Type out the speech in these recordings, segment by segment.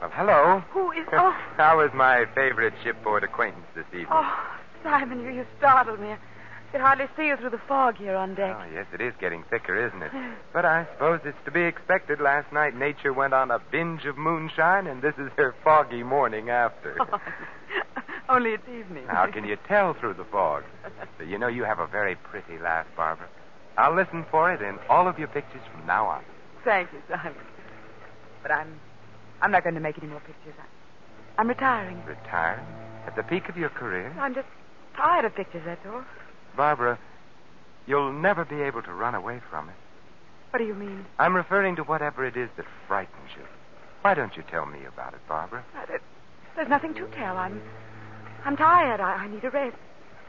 Well, hello. Who is. Oh, How is my favorite shipboard acquaintance this evening? oh Simon, you, you startled me. I could hardly see you through the fog here on deck. Oh, yes, it is getting thicker, isn't it? But I suppose it's to be expected. Last night, nature went on a binge of moonshine, and this is her foggy morning after. Only it's evening. How can you tell through the fog? You know, you have a very pretty laugh, Barbara. I'll listen for it in all of your pictures from now on. Thank you, Simon. But I'm. I'm not going to make any more pictures. I, I'm retiring. Retired? At the peak of your career? I'm just tired of pictures, that's all. Barbara, you'll never be able to run away from it. What do you mean? I'm referring to whatever it is that frightens you. Why don't you tell me about it, Barbara? Uh, there- there's nothing to tell. I'm. I'm tired. I, I need a rest.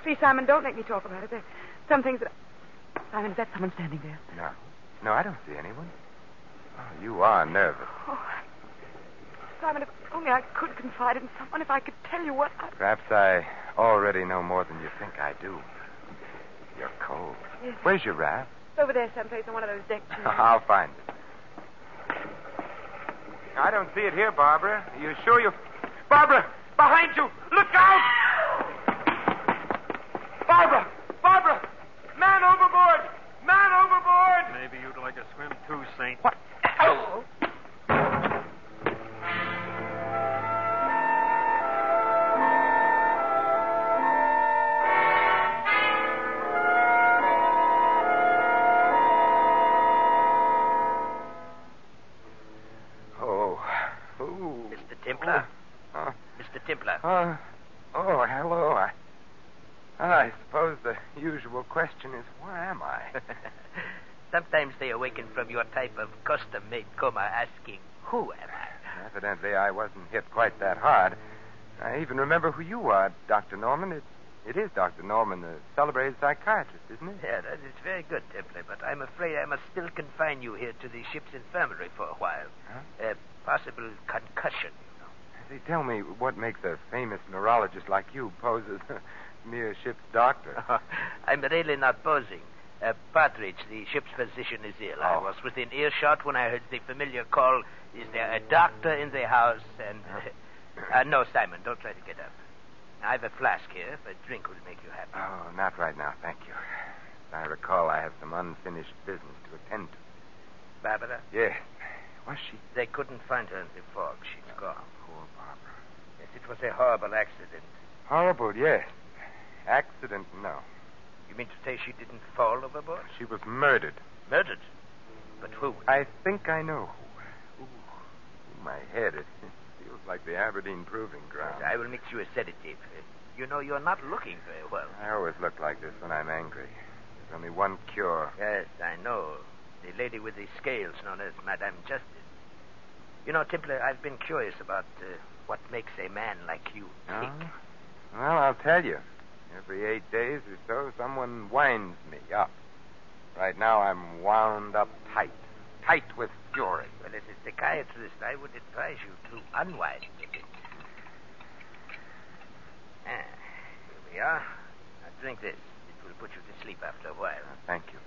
Please, Simon, don't make me talk about it. There's some things that. Simon, is that someone standing there? No. No, I don't see anyone. Oh, you are nervous. Oh, Simon, if only I could confide in someone, if I could tell you what I. Perhaps I already know more than you think I do. You're cold. Yes. Where's your wrap? It's over there someplace on one of those deck chairs. I'll find it. I don't see it here, Barbara. Are you sure you. Barbara! Behind you! Look out! Barbara! Barbara! Man overboard! Man overboard! Maybe you'd like a swim too, Saint. What? Oh! Oh. Ooh. Mr. Templar? Oh, Mr. Templar. uh, oh, hello. I, I suppose the usual question is, where am I? Sometimes they awaken from your type of custom made coma asking, Who am I? Evidently, I wasn't hit quite that hard. I even remember who you are, Dr. Norman. It, it is Dr. Norman, the celebrated psychiatrist, isn't it? Yeah, that is very good, Templar, but I'm afraid I must still confine you here to the ship's infirmary for a while. Huh? A possible concussion, you know. Say, tell me, what makes a famous neurologist like you pose as a mere ship's doctor? I'm really not posing. Uh, Partridge, the ship's physician, is ill. I Oh. was within earshot when I heard the familiar call, Is there a doctor in the house? And. Uh-huh. Uh, no, Simon, don't try to get up. I've a flask here. If a drink will make you happy. Oh, not right now, thank you. As I recall, I have some unfinished business to attend to. Barbara, Yes. Was she they couldn't find her in the fog. She's gone. Uh, poor, Barbara? Yes, it was a horrible accident. Horrible, yes. Accident, no. You mean to say she didn't fall overboard? She was murdered. Murdered? But who? I think I know who. Ooh, my head, it feels like the Aberdeen Proving Ground. I will mix you a sedative. Uh, You know, you're not looking very well. I always look like this when I'm angry. There's only one cure. Yes, I know. The lady with the scales, known as Madame Justice. You know, Templar, I've been curious about uh, what makes a man like you tick. Oh? Well, I'll tell you. Every eight days or so, someone winds me up. Right now, I'm wound up tight. Tight with fury. Well, as a psychiatrist, I would advise you to unwind a bit. Ah, here we are. Now drink this. It will put you to sleep after a while. Thank you.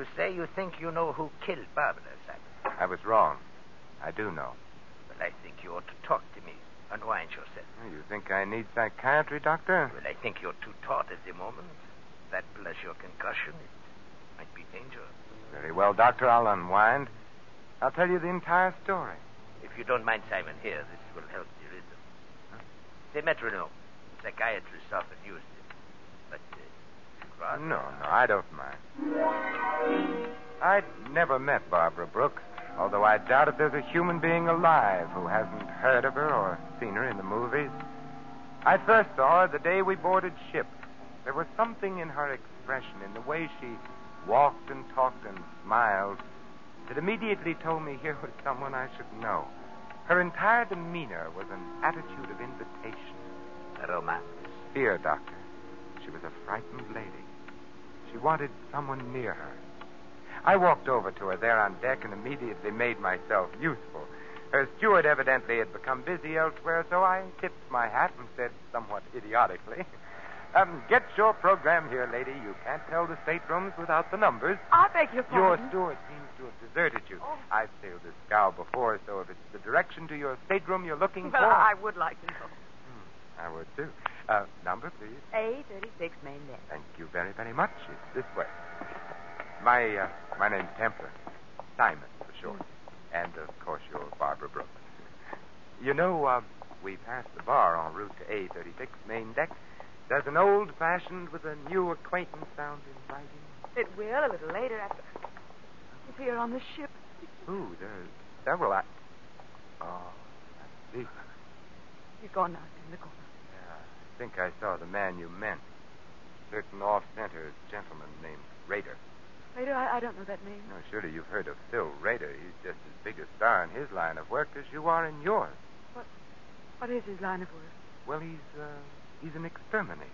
You say you think you know who killed Barbara, Simon. I was wrong. I do know. Well, I think you ought to talk to me. Unwind yourself. You think I need psychiatry, Doctor? Well, I think you're too taut at the moment. That plus your concussion, it might be dangerous. Very well, Doctor. I'll unwind. I'll tell you the entire story. If you don't mind, Simon, here, this will help the rhythm. The metronome. Psychiatrists often use it. But, uh, No, rather... no, I don't mind. I'd never met Barbara Brooks, although I doubt if there's a human being alive who hasn't heard of her or seen her in the movies. I first saw her the day we boarded ship. There was something in her expression, in the way she walked and talked and smiled, that immediately told me here was someone I should know. Her entire demeanor was an attitude of invitation. A romance. Fear, Doctor. She was a frightened lady. She wanted someone near her. I walked over to her there on deck and immediately made myself useful. Her steward evidently had become busy elsewhere, so I tipped my hat and said somewhat idiotically, um, Get your program here, lady. You can't tell the staterooms without the numbers. I beg your Your pardon. Oh. steward seems to have deserted you. I've sailed this scow before, so if it's the direction to your stateroom you're looking Well, for. I would like to know. I would too. Uh, number, please. A36 main net. Thank you very, very much. It's this way. My uh, my name's Templar. Simon, for short. And, of course, you're Barbara Brooks. You know, uh, we passed the bar en route to A36 main deck. Does an old-fashioned with a new acquaintance sound inviting? It will a little later after. If you're on the ship. Ooh, there's several. I... Oh, I see. You've gone now in the corner. Yeah, I think I saw the man you meant. Certain off-center gentleman named Raider. Later, I, I don't know that name. No, surely you've heard of Phil Rader. He's just as big a star in his line of work as you are in yours. What is his line of work? Well, he's uh, he's an exterminator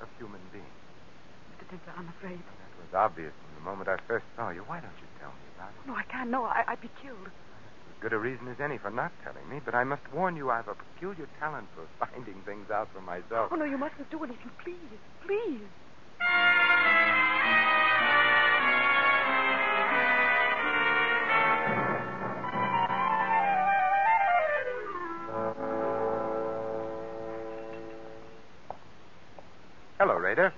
of human beings. Mr. Templar, I'm afraid. And that was obvious from the moment I first saw you. Why don't you tell me about it? No, I can't. No, I, I'd be killed. As good a reason as any for not telling me, but I must warn you, I have a peculiar talent for finding things out for myself. Oh, no, you mustn't do anything. Please. Please. Hello, Rader.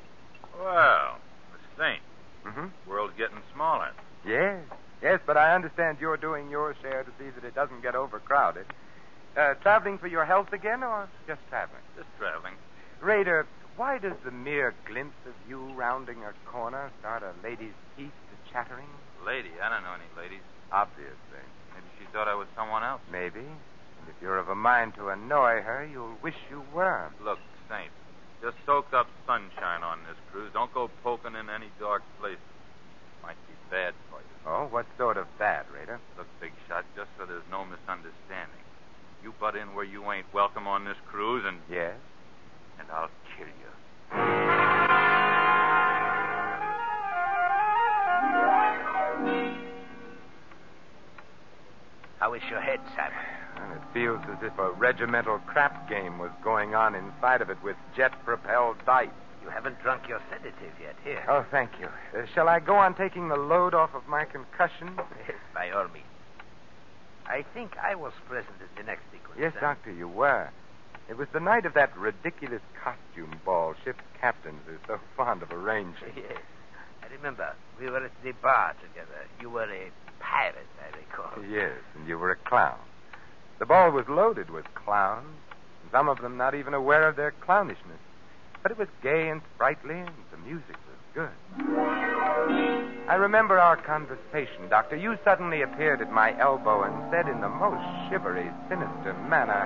Well, Miss Saint, Mm-hmm. world's getting smaller. Yes, yes, but I understand you're doing your share to see that it doesn't get overcrowded. Uh, traveling for your health again, or just traveling? Just traveling. Raider, why does the mere glimpse of you rounding a corner start a lady's teeth to chattering? Lady, I don't know any ladies. Obviously. Maybe she thought I was someone else. Maybe. And if you're of a mind to annoy her, you'll wish you were. Look, Saint, just soak up sunshine on this cruise. Don't go poking in any dark places. Might be bad for you. Oh, what sort of that, Raider? Look, Big Shot, just so there's no misunderstanding. You butt in where you ain't welcome on this cruise, and Yes. and I'll kill you. How is your head, Simon? And it feels as if a regimental crap game was going on inside of it with jet propelled dice. You haven't drunk your sedative yet. Here. Oh, thank you. Uh, shall I go on taking the load off of my concussion? Yes, by all means. I think I was present at the next sequence. Yes, Simon. Doctor, you were. It was the night of that ridiculous costume ball ship's captains are so fond of arranging. Yes. I remember. We were at the bar together. You were a pirate, I recall. Yes, and you were a clown. The ball was loaded with clowns, and some of them not even aware of their clownishness. But it was gay and sprightly, and the music was good. I remember our conversation, Doctor. You suddenly appeared at my elbow and said in the most shivery, sinister manner,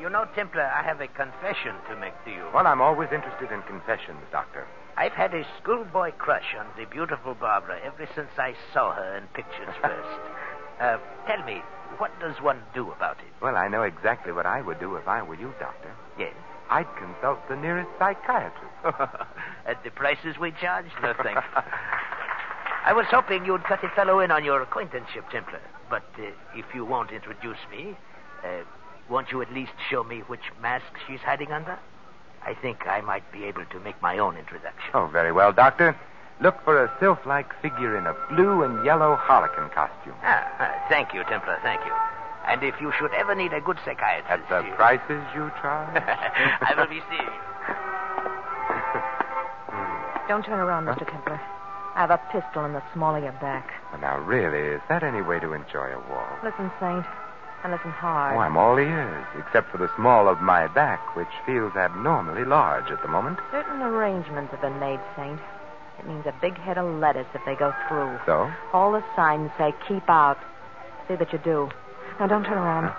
You know, Templar, I have a confession to make to you. Well, I'm always interested in confessions, Doctor. I've had a schoolboy crush on the beautiful Barbara ever since I saw her in pictures first. Uh, tell me, what does one do about it? Well, I know exactly what I would do if I were you, Doctor. Yes. I'd consult the nearest psychiatrist. At the prices we charge? No, thanks. I was hoping you'd cut a fellow in on your acquaintanceship, Templar. But uh, if you won't introduce me, uh, won't you at least show me which mask she's hiding under? I think I might be able to make my own introduction. Oh, very well, Doctor. Look for a sylph like figure in a blue and yellow harlequin costume. Ah, ah, thank you, Templar, thank you. And if you should ever need a good psychiatrist... At the you- prices you charge? I will be seeing you. Don't turn around, Mr. Templar. I have a pistol in the small of your back. Well, now, really, is that any way to enjoy a walk? Listen, Saint, and listen Oh, hard. I'm all ears, except for the small of my back, which feels abnormally large at the moment. Certain arrangements have been made, Saint. It means a big head of lettuce if they go through. So? All the signs say keep out. See that you do. Now don't turn around.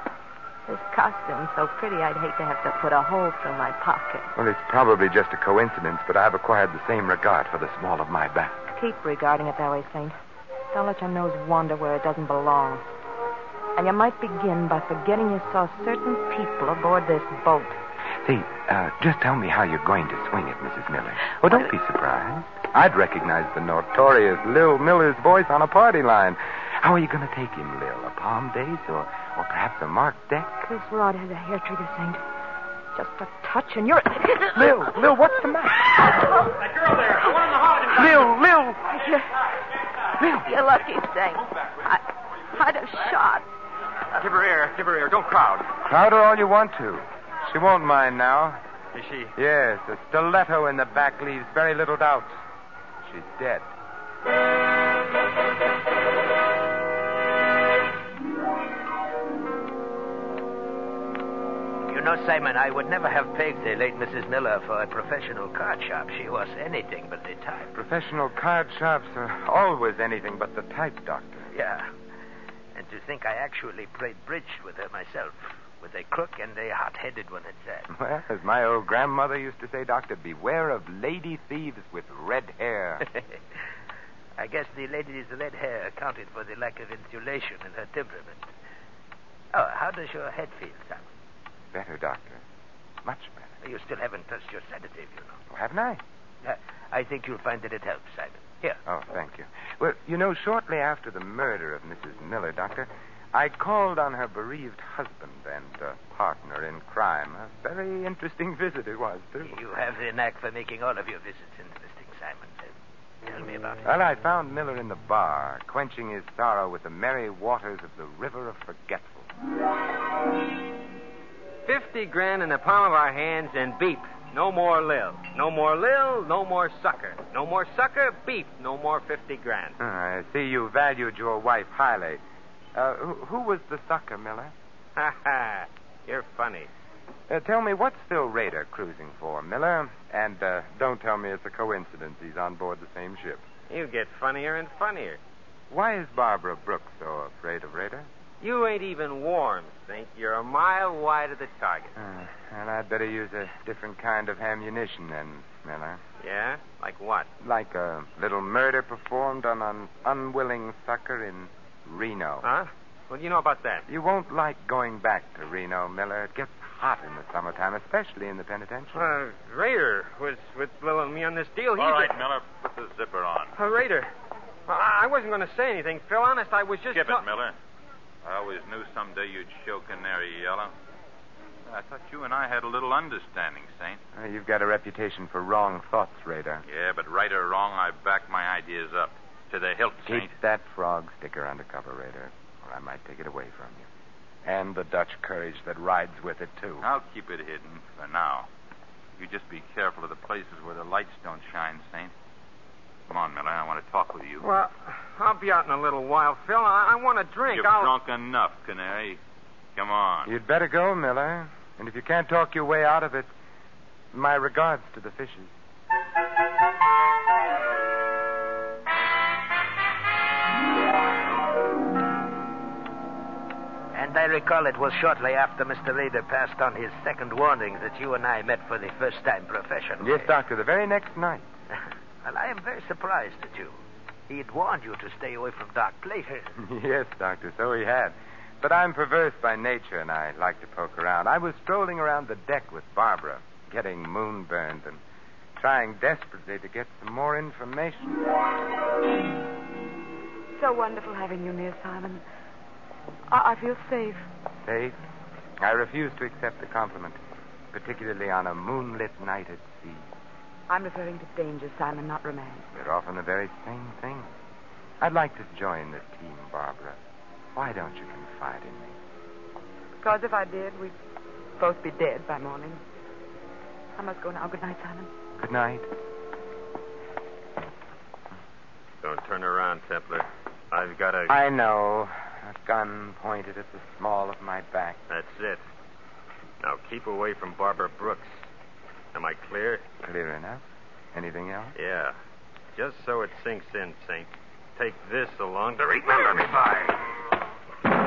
This costume's so pretty I'd hate to have to put a hole through my pocket. Well, it's probably just a coincidence, but I've acquired the same regard for the small of my back. Keep regarding it that way, Saint. Don't let your nose wander where it doesn't belong. And you might begin by forgetting you saw certain people aboard this boat. See, uh, just tell me how you're going to swing it, Mrs. Miller. Oh, don't be surprised. I'd recognize the notorious Lil Miller's voice on a party line. How are you going to take him, Lil? A palm dace or, or perhaps a marked deck? This rod has a hair trigger, Saint. Just a touch and you're... Lil, Lil, what's the matter? That girl there, I want him to holler at Lil, Lil! You're, you're lucky, Saint. I, I'd have shot. Give her air. Give her air. Don't crowd. Crowd her all you want to. She won't mind now. Is she? Yes, a stiletto in the back leaves very little doubt. She's dead. You know, Simon, I would never have pegged the late Mrs. Miller for a professional card shop. She was anything but the type. Professional card shops are always anything but the type, Doctor. Yeah. And to think I actually played bridge with her myself, with a crook and a hot-headed one at that. Well, as my old grandmother used to say, Doctor, beware of lady thieves with red hair. I guess the lady's red hair accounted for the lack of insulation in her temperament. Oh, how does your head feel, Simon? better, Doctor. Much better. You still haven't touched your sedative, you know. Oh, haven't I? Uh, I think you'll find that it helps, Simon. Here. Oh, thank you. Well, you know, shortly after the murder of Mrs. Miller, Doctor, I called on her bereaved husband and uh, partner in crime. A very interesting visit it was, too. You have the knack for making all of your visits interesting, Simon. Uh, Tell me about it. Well, I found Miller in the bar, quenching his sorrow with the merry waters of the River of Forgetful. Fifty grand in the palm of our hands and beep. No more Lil. No more Lil, no more sucker. No more sucker, beep. No more 50 grand. Ah, I see you valued your wife highly. Uh, who, who was the sucker, Miller? Ha ha. You're funny. Uh, tell me, what's Phil Raider cruising for, Miller? And uh, don't tell me it's a coincidence he's on board the same ship. You get funnier and funnier. Why is Barbara Brooks so afraid of Raider? You ain't even warm, Think. You're a mile wide of the target. Uh, well, I'd better use a different kind of ammunition then, Miller. Yeah? Like what? Like a little murder performed on an unwilling sucker in Reno. Huh? What do you know about that? You won't like going back to Reno, Miller. It gets hot in the summertime, especially in the penitentiary. Uh, Raider was with Lil and me on this deal. He All was- right, Miller, put the zipper on. Uh, Raider. Well, I I wasn't going to say anything, Phil. Honest, I was just. Skip ta- it, Miller. I always knew someday you'd show Canary Yellow. I thought you and I had a little understanding, Saint. Uh, you've got a reputation for wrong thoughts, Raider. Yeah, but right or wrong, I back my ideas up to the hilt, Keep Saint. that frog sticker under cover, Raider, or I might take it away from you. And the Dutch courage that rides with it, too. I'll keep it hidden for now. You just be careful of the places where the lights don't shine, Saint. Come on, Miller. I want to talk with you. Well, I'll be out in a little while, Phil. I, I want a drink. You're I'll... drunk enough, Canary. Come on. You'd better go, Miller. And if you can't talk your way out of it, my regards to the fishes. And I recall it was shortly after Mr. Rader passed on his second warning that you and I met for the first time professionally. Yes, Doctor, the very next night. well, I am very surprised at you. He had warned you to stay away from dark places. yes, Doctor, so he had. But I'm perverse by nature, and I like to poke around. I was strolling around the deck with Barbara, getting moonburned and trying desperately to get some more information. So wonderful having you near, Simon. I, I feel safe. Safe? I refuse to accept the compliment, particularly on a moonlit night at sea. I'm referring to danger, Simon, not romance. They're often the very same thing. I'd like to join the team, Barbara. Why don't you confide in me? Because if I did, we'd both be dead by morning. I must go now. Good night, Simon. Good night. Don't turn around, Templar. I've got a. I know. A gun pointed at the small of my back. That's it. Now keep away from Barbara Brooks. Am I clear? Clear enough? Anything else? Yeah. Just so it sinks in, Saint. Take this along to remember me by.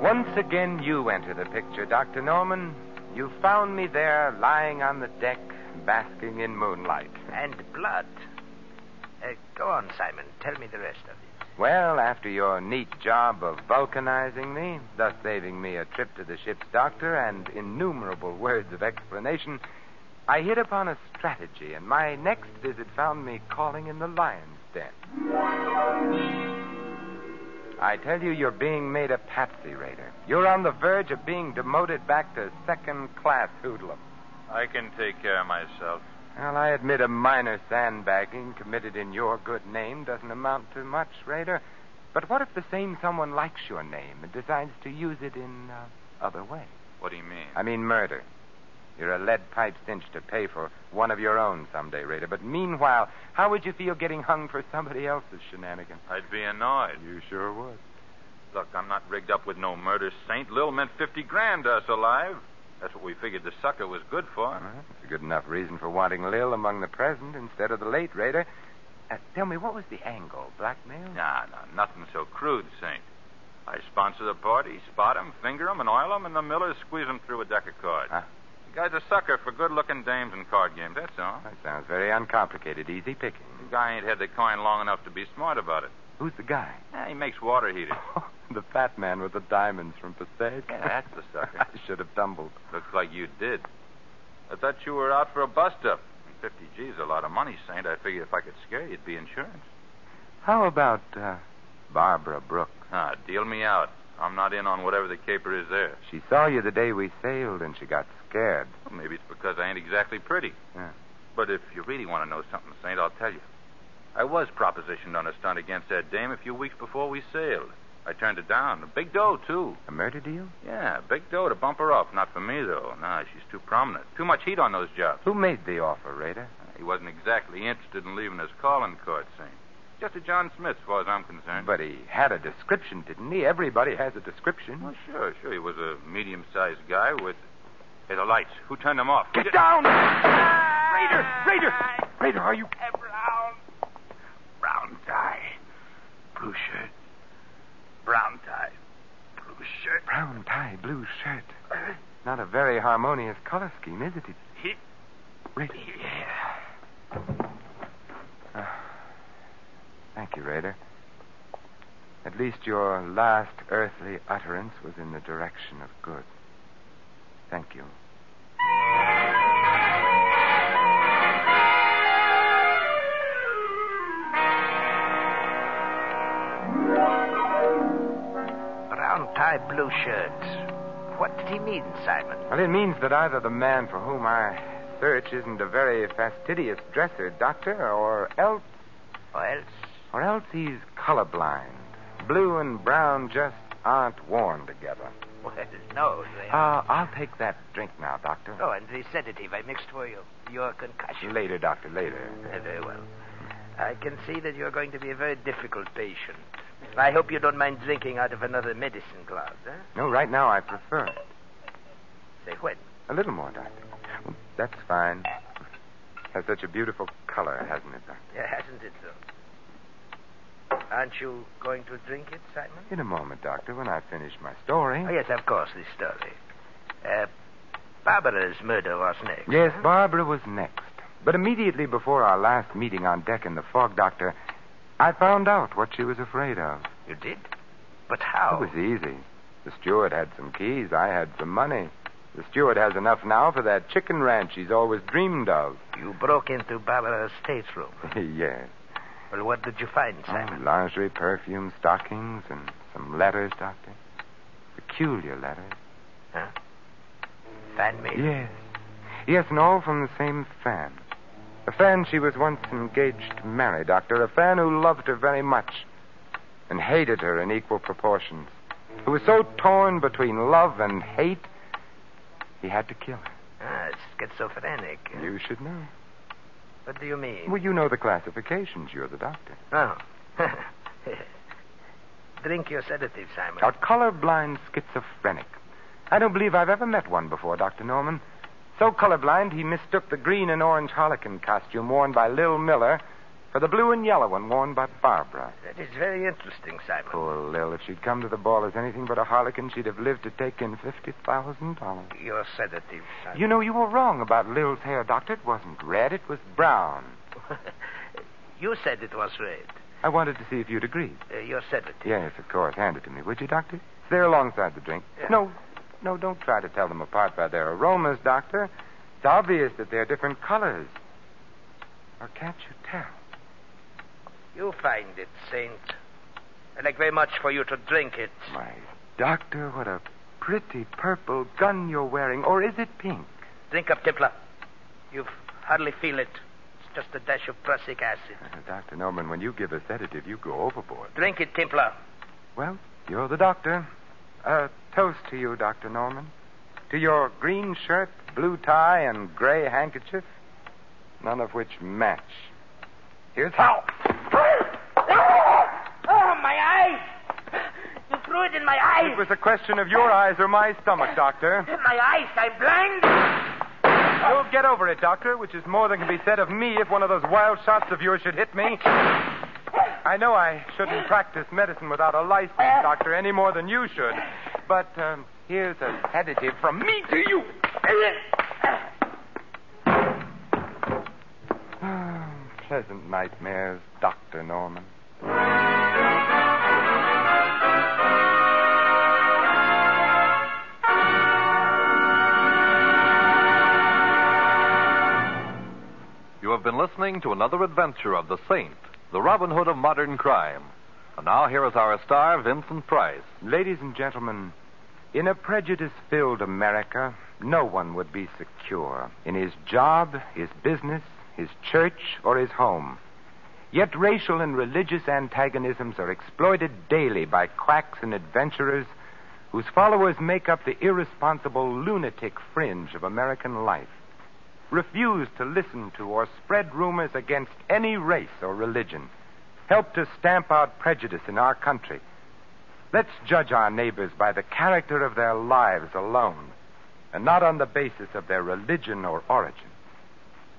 Once again, you enter the picture, Dr. Norman. You found me there, lying on the deck, basking in moonlight. And blood. Uh, go on, Simon. Tell me the rest of it. Well, after your neat job of vulcanizing me, thus saving me a trip to the ship's doctor and innumerable words of explanation, I hit upon a strategy, and my next visit found me calling in the lion's den. I tell you, you're being made a patsy raider. You're on the verge of being demoted back to second class hoodlum. I can take care of myself. Well, I admit a minor sandbagging committed in your good name doesn't amount to much, Raider. But what if the same someone likes your name and decides to use it in uh, other way? What do you mean? I mean murder. You're a lead pipe cinch to pay for one of your own someday, Raider. But meanwhile, how would you feel getting hung for somebody else's shenanigans? I'd be annoyed. You sure would. Look, I'm not rigged up with no murder, Saint. Lil meant 50 grand to us alive. That's what we figured the sucker was good for. Well, that's a good enough reason for wanting Lil among the present instead of the late Raider. Uh, tell me, what was the angle? Blackmail? Nah, nah, nothing so crude, Saint. I sponsor the party, spot 'em, finger 'em, and oil 'em, and the millers squeeze 'em through a deck of cards. Huh? The guy's a sucker for good looking dames and card games, that's all. That sounds very uncomplicated. Easy picking. The guy ain't had the coin long enough to be smart about it. Who's the guy? Yeah, he makes water heaters. the fat man with the diamonds from Passaic. Yeah, that's the sucker. I should have tumbled. Looks like you did. I thought you were out for a bust up. And 50 G's a lot of money, Saint. I figured if I could scare you, it'd be insurance. How about uh, Barbara Brooks? Ah, deal me out. I'm not in on whatever the caper is there. She saw you the day we sailed, and she got scared. Well, maybe it's because I ain't exactly pretty. Yeah. But if you really want to know something, Saint, I'll tell you. I was propositioned on a stunt against that dame a few weeks before we sailed. I turned it down. A big dough, too. A murder deal? Yeah, big dough to bump her up. Not for me, though. Nah, she's too prominent. Too much heat on those jobs. Who made the offer, Raider? He wasn't exactly interested in leaving his calling card, Saint. Just a John Smith, as far as I'm concerned. But he had a description, didn't he? Everybody has a description. Well, sure, sure. He was a medium sized guy with. Hey, the lights. Who turned them off? Get down! Raider! Raider! Raider, are you. Brown. Brown tie. Blue shirt. Brown tie. Blue shirt. Brown tie, blue shirt. Not a very harmonious color scheme, is it? He- Raider. Yeah. Uh, Thank you, Raider. At least your last earthly utterance was in the direction of good. Thank you. Brown tie, blue shirt. What did he mean, Simon? Well, it means that either the man for whom I search isn't a very fastidious dresser, Doctor, or else Or else, or else he's colorblind. Blue and brown just aren't worn together. well, no. They Uh, I'll take that drink now, Doctor. Oh, and the sedative I mixed for you. Your concussion. Later, Doctor, later. Uh, Very well. I can see that you're going to be a very difficult patient. I hope you don't mind drinking out of another medicine glass, huh? No, right now I prefer it. Say when? A little more, Doctor. That's fine. Has such a beautiful color, hasn't it, Doctor? Yeah, hasn't it, though? Aren't you going to drink it, Simon? In a moment, Doctor, when I finish my story. Oh, yes, of course, this story. Uh, Barbara's murder was next. Yes, Barbara was next. But immediately before our last meeting on deck in the fog, Doctor, I found out what she was afraid of. You did? But how? It was easy. The steward had some keys. I had some money. The steward has enough now for that chicken ranch he's always dreamed of. You broke into Barbara's stateroom. yes. Well, what did you find, Simon? Oh, lingerie, perfume, stockings, and some letters, Doctor. Peculiar letters. Huh? Fan made? Yes. Yes, and all from the same fan. A fan she was once engaged to marry, Doctor. A fan who loved her very much and hated her in equal proportions. Who was so torn between love and hate, he had to kill her. Ah, it's schizophrenic. You should know. What do you mean? Well, you know the classifications. You're the doctor. Oh. Drink your sedative, Simon. A colorblind schizophrenic. I don't believe I've ever met one before, Dr. Norman. So colorblind, he mistook the green and orange harlequin costume worn by Lil Miller for the blue and yellow one worn by Barbara. That is very interesting, Simon. Poor Lil, if she'd come to the ball as anything but a harlequin, she'd have lived to take in $50,000. Your sedative, Simon. You know, you were wrong about Lil's hair, Doctor. It wasn't red, it was brown. you said it was red. I wanted to see if you'd agreed. Uh, your sedative. Yes, of course. Hand it to me, would you, Doctor? It's there alongside the drink. Yeah. No, no, don't try to tell them apart by their aromas, Doctor. It's obvious that they're different colors. Or can't you tell? You find it, Saint. I like very much for you to drink it. My doctor, what a pretty purple gun you're wearing. Or is it pink? Drink up, Templar. You hardly feel it. It's just a dash of prussic acid. Uh, Dr. Norman, when you give a sedative, you go overboard. Drink it, Templar. Well, you're the doctor. A toast to you, Dr. Norman. To your green shirt, blue tie, and gray handkerchief, none of which match. Here's how. Oh, my eyes! You threw it in my eyes! It was a question of your eyes or my stomach, Doctor. My eyes, I'm blind! You'll get over it, Doctor, which is more than can be said of me if one of those wild shots of yours should hit me. I know I shouldn't practice medicine without a license, Doctor, any more than you should. But um, here's a sedative from me to you. Pleasant nightmares, Dr. Norman. You have been listening to another adventure of the Saint, the Robin Hood of modern crime. And now here is our star, Vincent Price. Ladies and gentlemen, in a prejudice filled America, no one would be secure in his job, his business, his church, or his home. Yet racial and religious antagonisms are exploited daily by quacks and adventurers whose followers make up the irresponsible lunatic fringe of American life. Refuse to listen to or spread rumors against any race or religion. Help to stamp out prejudice in our country. Let's judge our neighbors by the character of their lives alone, and not on the basis of their religion or origin.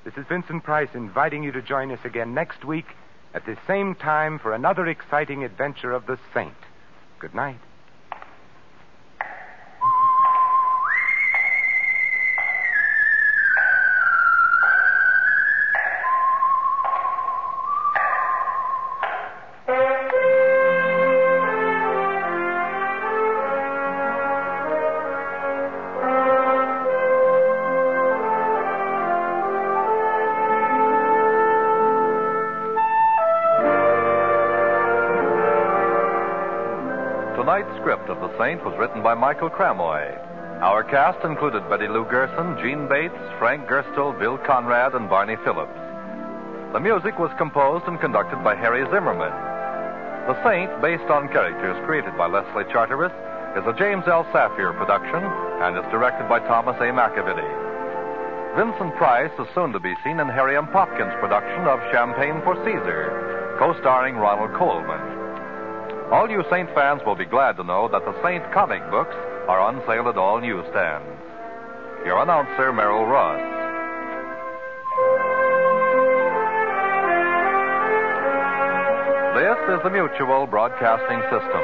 This is Vincent Price inviting you to join us again next week at the same time for another exciting adventure of the saint. Good night. Tonight's script of The Saint was written by Michael Cramoy. Our cast included Betty Lou Gerson, Gene Bates, Frank Gerstel, Bill Conrad, and Barney Phillips. The music was composed and conducted by Harry Zimmerman. The Saint, based on characters created by Leslie Charteris, is a James L. Saphir production and is directed by Thomas A. McAvity. Vincent Price is soon to be seen in Harry M. Popkin's production of Champagne for Caesar, co-starring Ronald Coleman. All you Saint fans will be glad to know that the Saint comic books are on sale at all newsstands. Your announcer, Merrill Ross. This is the Mutual Broadcasting System.